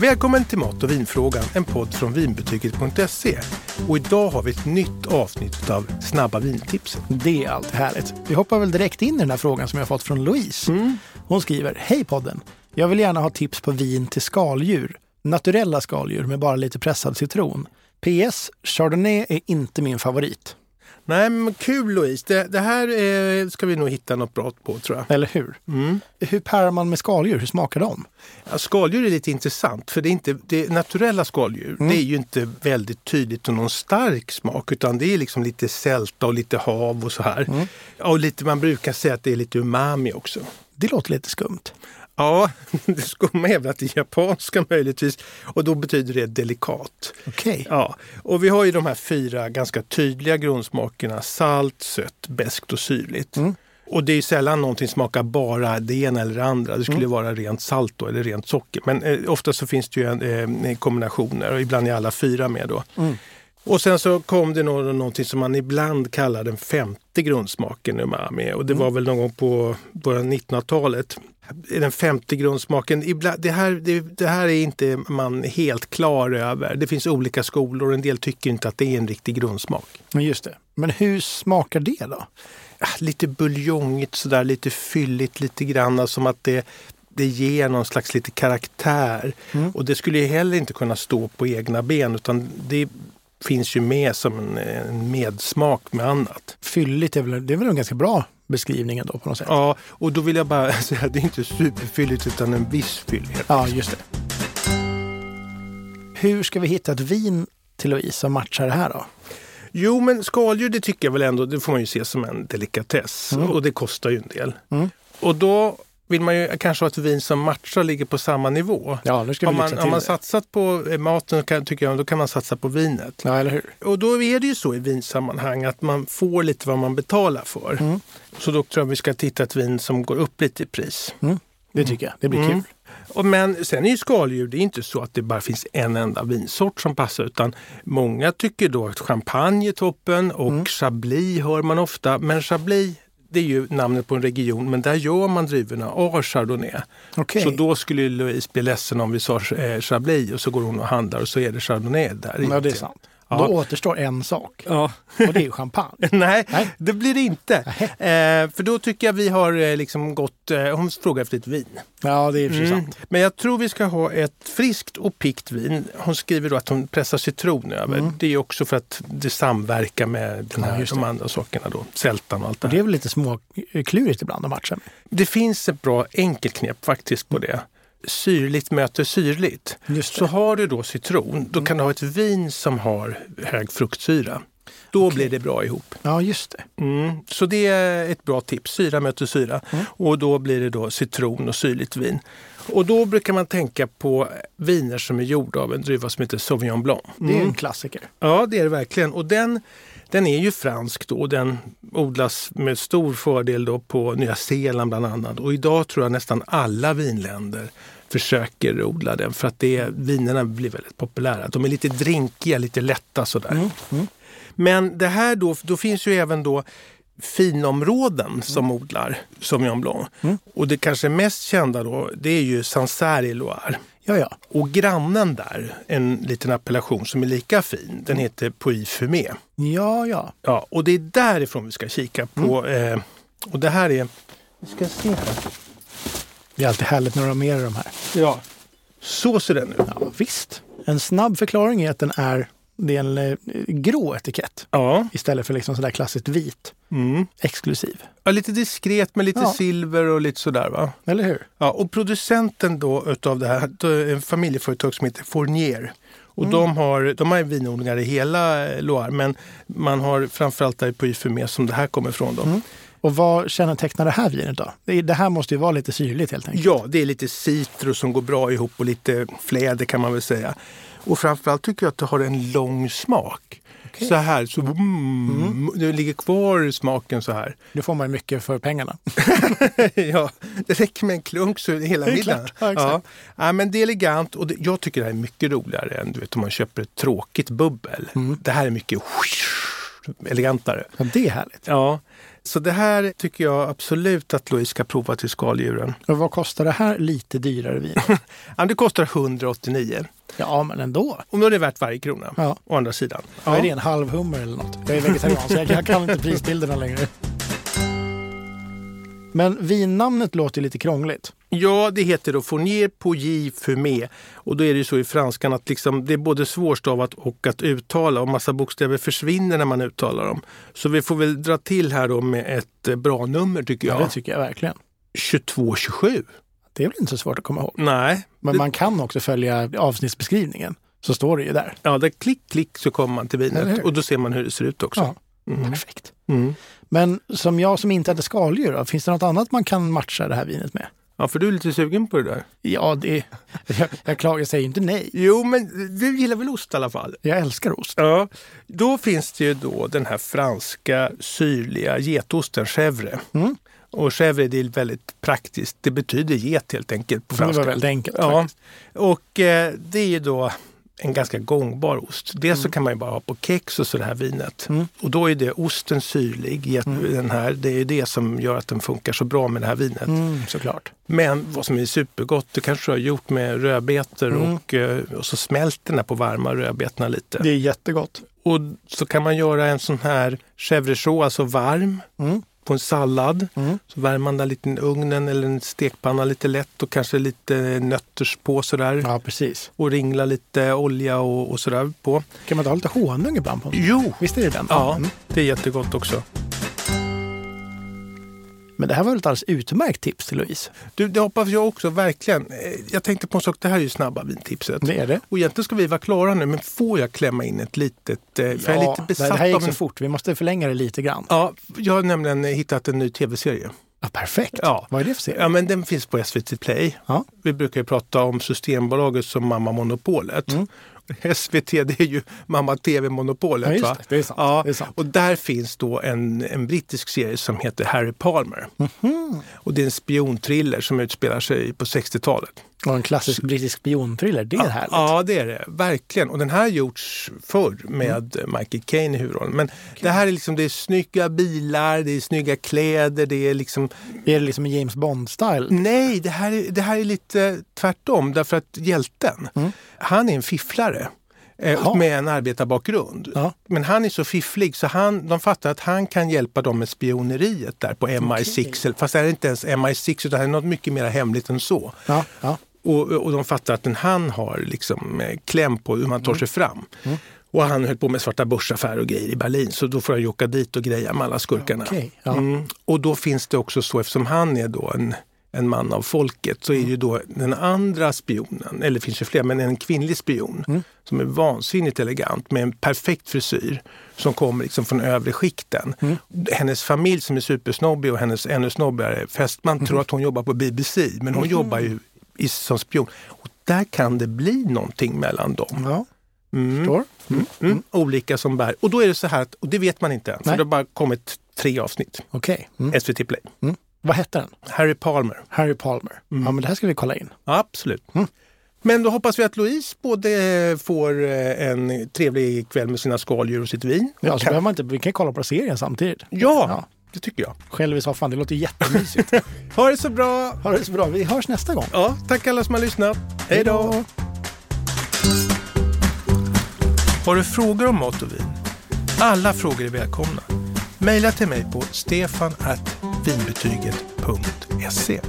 Välkommen till Mat och vinfrågan, en podd från vinbetyget.se. Och idag har vi ett nytt avsnitt av Snabba vintipsen. Det är alltid härligt. Vi hoppar väl direkt in i den här frågan som jag fått från Louise. Hon skriver, hej podden. Jag vill gärna ha tips på vin till skaldjur. Naturella skaldjur med bara lite pressad citron. PS, Chardonnay är inte min favorit. Nej, men kul Louise. Det, det här eh, ska vi nog hitta något bra på tror jag. Eller hur? Hur parar man med skaldjur? Hur smakar de? Ja, skaldjur är lite intressant, för det är inte det naturella skaldjur. Det är ju inte väldigt tydligt och någon stark smak, utan det är liksom lite sälta och lite hav och så här. Ja, Och lite, man brukar säga att det är lite umami också. Det låter lite skumt. Ja, det skumma är väl att det är japanska möjligtvis och då betyder det delikat. Okej. Ja, och vi har ju de här fyra ganska tydliga grundsmakerna salt, sött, beskt och syrligt. Och det är ju sällan någonting smakar bara det ena eller det andra. Det skulle ju vara rent salt då, eller rent socker. Men eh, ofta så finns det ju en, eh, kombinationer och ibland är alla fyra med då. Och sen så kom det nå- någonting som man ibland kallar den femte grundsmaken umami. Och det var väl någon gång på början 1900-talet. Den femte grundsmaken, ibland, det, här, det, det här är inte man helt klar över. Det finns olika skolor och en del tycker inte att det är en riktig grundsmak. Men Just det. Men hur smakar det då? Ah, Lite buljongigt sådär, lite fylligt lite grann. Som att det, det ger någon slags lite karaktär. Och det skulle ju heller inte kunna stå på egna ben utan det finns ju med som en, en medsmak med annat. Fylligt är väl, det är väl en ganska bra beskrivning ändå på något sätt? Ja, och då vill jag bara säga att det är inte superfylligt utan en viss fyllighet. Ja, just det. Hur ska vi hitta ett vin till Louise som matchar det här då? Jo, men skaldjur det tycker jag väl ändå, det får man ju se som en delikatess. Mm. Och det kostar ju en del. Och då vill man ju kanske ha ett vin som matchar och ligger på samma nivå. Ja, nu ska Har vi man, lyxa har till man det. satsat på eh, maten kan, tycker jag, då kan man satsa på vinet. Ja, eller hur? Och då är det ju så i vinsammanhang att man får lite vad man betalar för. Mm. Så då tror jag vi ska titta ett vin som går upp lite i pris. Det tycker jag. Det blir Mm. kul. Och men sen är ju skaldjur, det är inte så att det bara finns en enda vinsort som passar utan många tycker då att champagne är toppen och Mm. chablis hör man ofta. Men chablis det är ju namnet på en region men där gör man druvorna av chardonnay. Okej. Så då skulle ju Louise bli ledsen om vi sa eh, chablis och så går hon och handlar och så är det chardonnay där. Ja, det är inte. sant. Ja. Då återstår en sak Ja. och det är ju champagne. Nej, Nej. det blir det inte. Eh, för då tycker jag vi har eh, liksom gått... Eh, hon frågar efter ett vin. Ja, det är i och för sig Mm. sant. Men jag tror vi ska ha ett friskt och pikt vin. Hon skriver då att hon pressar citron över. Det är ju också för att det samverkar med den Mm. Ja, här, just de andra sakerna då. Sältan och allt det Och det är här. väl lite småklurigt ibland att matcha med. Det finns ett bra enkelknep faktiskt på det. Syrligt möter syrligt. Just det. Så har du då citron, Mm. då kan du ha ett vin som har hög fruktsyra. Då blir det bra ihop. Ja, just det. Mm, så det är ett bra tips. Syra möter syra och då blir det då citron och syrligt vin. Och då brukar man tänka på viner som är gjorda av en druva som heter Sauvignon Blanc. Det är ju en klassiker. Ja, det är det verkligen. Och den, den är ju fransk då och den odlas med stor fördel då på Nya Zeeland bland annat. Och idag tror jag nästan alla vinländer försöker odla den för att det, vinerna blir väldigt populära. De är lite drinkiga, lite lätta sådär. Men det här då, då finns ju även då finområden som odlar Sauvignon Blanc. Och det kanske mest kända då, det är ju Sancerre i Loire. Ja, ja. Och grannen där, en liten appellation som är lika fin, Mm. den heter Puy Fumé. Ja, ja. Ja, och det är därifrån vi ska kika på. Mm. Eh, och det här är... Vi ska se här. Det är alltid härligt när du har med dig de här. Ja. Så ser den ut. Ja, visst. En snabb förklaring är att den är, det är en eh, grå etikett Ja. istället för liksom sådär klassiskt vit. Mm. Exklusiv. ja, lite diskret med lite Ja. silver och lite sådär va. Eller hur? Ja, och producenten då utav det här, det är en familjeföretag som heter Fournier. Och Mm. de har, de har vinodlingar i hela eh, Loire, men man har framförallt där i Puy Fumé som det här kommer ifrån. Då. Mm. Och vad kännetecknar det här vinet då? Det, det här måste ju vara lite syrligt helt enkelt. Ja, det är lite citrus som går bra ihop och lite fläder kan man väl säga. Och framförallt tycker jag att det har en lång smak. Så här, så mm, det ligger kvar smaken så här. Nu får man ju mycket för pengarna. ja, det räcker med en klunk så är det hela Det är middagen. klart. Ja, ja. exakt. Ja, men det är elegant och det, jag Mm. tycker det här är mycket roligare än du vet, om man köper ett tråkigt bubbel. Det här är mycket elegantare. Ja, det är härligt. Ja, så det här tycker jag absolut att Louise ska prova till skaldjuren. Och vad kostar det här lite dyrare vinet? Ja, Det kostar 189 Ja, men ändå. och då är det värt varje krona. Ja. Å andra sidan. Ja. Är det en halv hummer eller något? Jag är vegetarian så jag, jag kan inte prisbilderna längre. Men vinnamnet låter ju lite krångligt. Ja, det heter då Fournier Pouilly Fumé. Och då är det ju så i franskan att liksom, det är både svårstavat och att uttala och massa bokstäver försvinner när man uttalar dem. Så vi får väl dra till här då med ett eh, bra nummer tycker Ja. jag. Det tycker jag verkligen. 2227? Det är väl inte så svårt att komma ihåg. Nej. Men man kan också följa avsnittsbeskrivningen. Så står det ju där. Ja, där klick, klick så kommer man till Eller vinet hur? och då ser man hur det ser ut också. Ja. Mm. Perfekt. Mm. Men som jag som inte hade skaldjur, då, finns det något annat man kan matcha det här vinet med? ja, för du är lite sugen på det där. Ja, det, jag, jag klagar, jag säger inte nej. Jo, men du gillar väl ost i alla fall? Jag älskar ost. Ja, då finns det ju då den här franska syrliga getosten chèvre. Mm. Och chèvre det är väldigt praktiskt, det betyder get helt enkelt på Det var franska. väldigt enkelt. ja, faktiskt. och eh, det är ju då en ganska gångbar ost. Dels så kan man ju bara ha på kex och så det här vinet. Mm. Och då är det osten syrlig, get, den här, det är ju det som gör att den funkar så bra med det här vinet. Mm, såklart. Men vad som är supergott, det kanske du har gjort med rödbetor Mm. och, eh, och så smälter den här på varma rödbetorna lite. Det är jättegott. Och så kan man göra en sån här chèvrechaud, alltså varm, Mm. på en sallad. Mm. Så värmer man den lite i ugnen eller en stekpanna lite lätt och kanske lite nötters på sådär. Ja, precis. Och ringla lite olja och, och sådär på. Kan man inte ha lite honung ibland på en Jo! Visst är det den? Ja, Mm. det är jättegott också. Men det här var ett alldeles utmärkt tips till Louise. Du, det hoppas jag också, verkligen. Eh, Jag tänkte på en sak, det här är ju snabba vintipset. Det är det. Och egentligen ska vi vara klara nu, men får jag klämma in ett litet... eh, För jag är lite besatt det här gick av så en... fort. Vi måste förlänga det lite grann. Ja, jag har nämligen eh, hittat en ny tv-serie. Ja, perfekt. Ja. Vad är det för serie? Ja, men den finns på SVT Play. Ja. Vi brukar ju prata om Systembolaget som mamma monopolet. Mm. SVT det är ju mamma Ja, tv-monopolet. just va? det. Det är sant. Ja, Det är sant. och där finns då en, en brittisk serie som heter Harry Palmer. Mhm. Och det är en spionthriller som utspelar sig på 60-talet. Och en klassisk brittisk spionthriller. Det är härligt. Ja, det är det. Verkligen. Och den här har gjorts förr med Michael Caine i huvudrollen. Men det här är liksom, det är snygga bilar, det är snygga kläder, det är liksom Är det liksom en James Bond-style? Nej, det här, är, det här är lite tvärtom. Därför att hjälten, han är en fifflare eh, Mm. Jaha. med en arbetarbakgrund. Ja. Men han är så fifflig så han, de fattar att han kan hjälpa dem med spioneriet där på MI6. eller- Fast det här är inte ens MI6 utan det är något mycket mer hemligt än så. Ja, ja. Och, och de fattar att den han har liksom eh, kläm på hur man Mm. tar sig fram. Och han höll på med svarta börsaffärer och grejer i Berlin så då får han ju åka dit och greja med alla skurkarna. Okej. Ja. Mm. Och då finns det också så, eftersom han är då en, en man av folket, så är ju då den andra spionen, eller det finns ju fler, men en kvinnlig spion Mm. som är vansinnigt elegant med en perfekt frisyr som kommer liksom från övre skikten. Mm. Hennes familj som är supersnobbig och hennes ännu snobbigare fästman Mm. tror att hon jobbar på BBC, men hon jobbar ju i, som spion. Och där kan det bli någonting mellan dem. ja. Mm. Förstår. Mm. Olika som bär. Och då är det så här, att, och det vet man inte än, för Nej. det har bara kommit tre avsnitt. Okej. Mm. SVT Play. Vad hette den? Harry Palmer. Harry Palmer. Ja, men det här ska vi kolla in. Absolut. Men då hoppas vi att Louise både får eh, en trevlig kväll med sina skaldjur och sitt vin. Ja, så Kan- behöver man inte, vi kan kolla på serien samtidigt. ja, Ja. det tycker jag. Själv i soffan, det låter jättemysigt. Ha det så bra! ha det så bra. Vi hörs nästa gång. Ja, tack alla som har lyssnat. Hej då! Har du frågor om mat och vin? Alla frågor är välkomna. Mejla till mig på stefanvinbetyget.se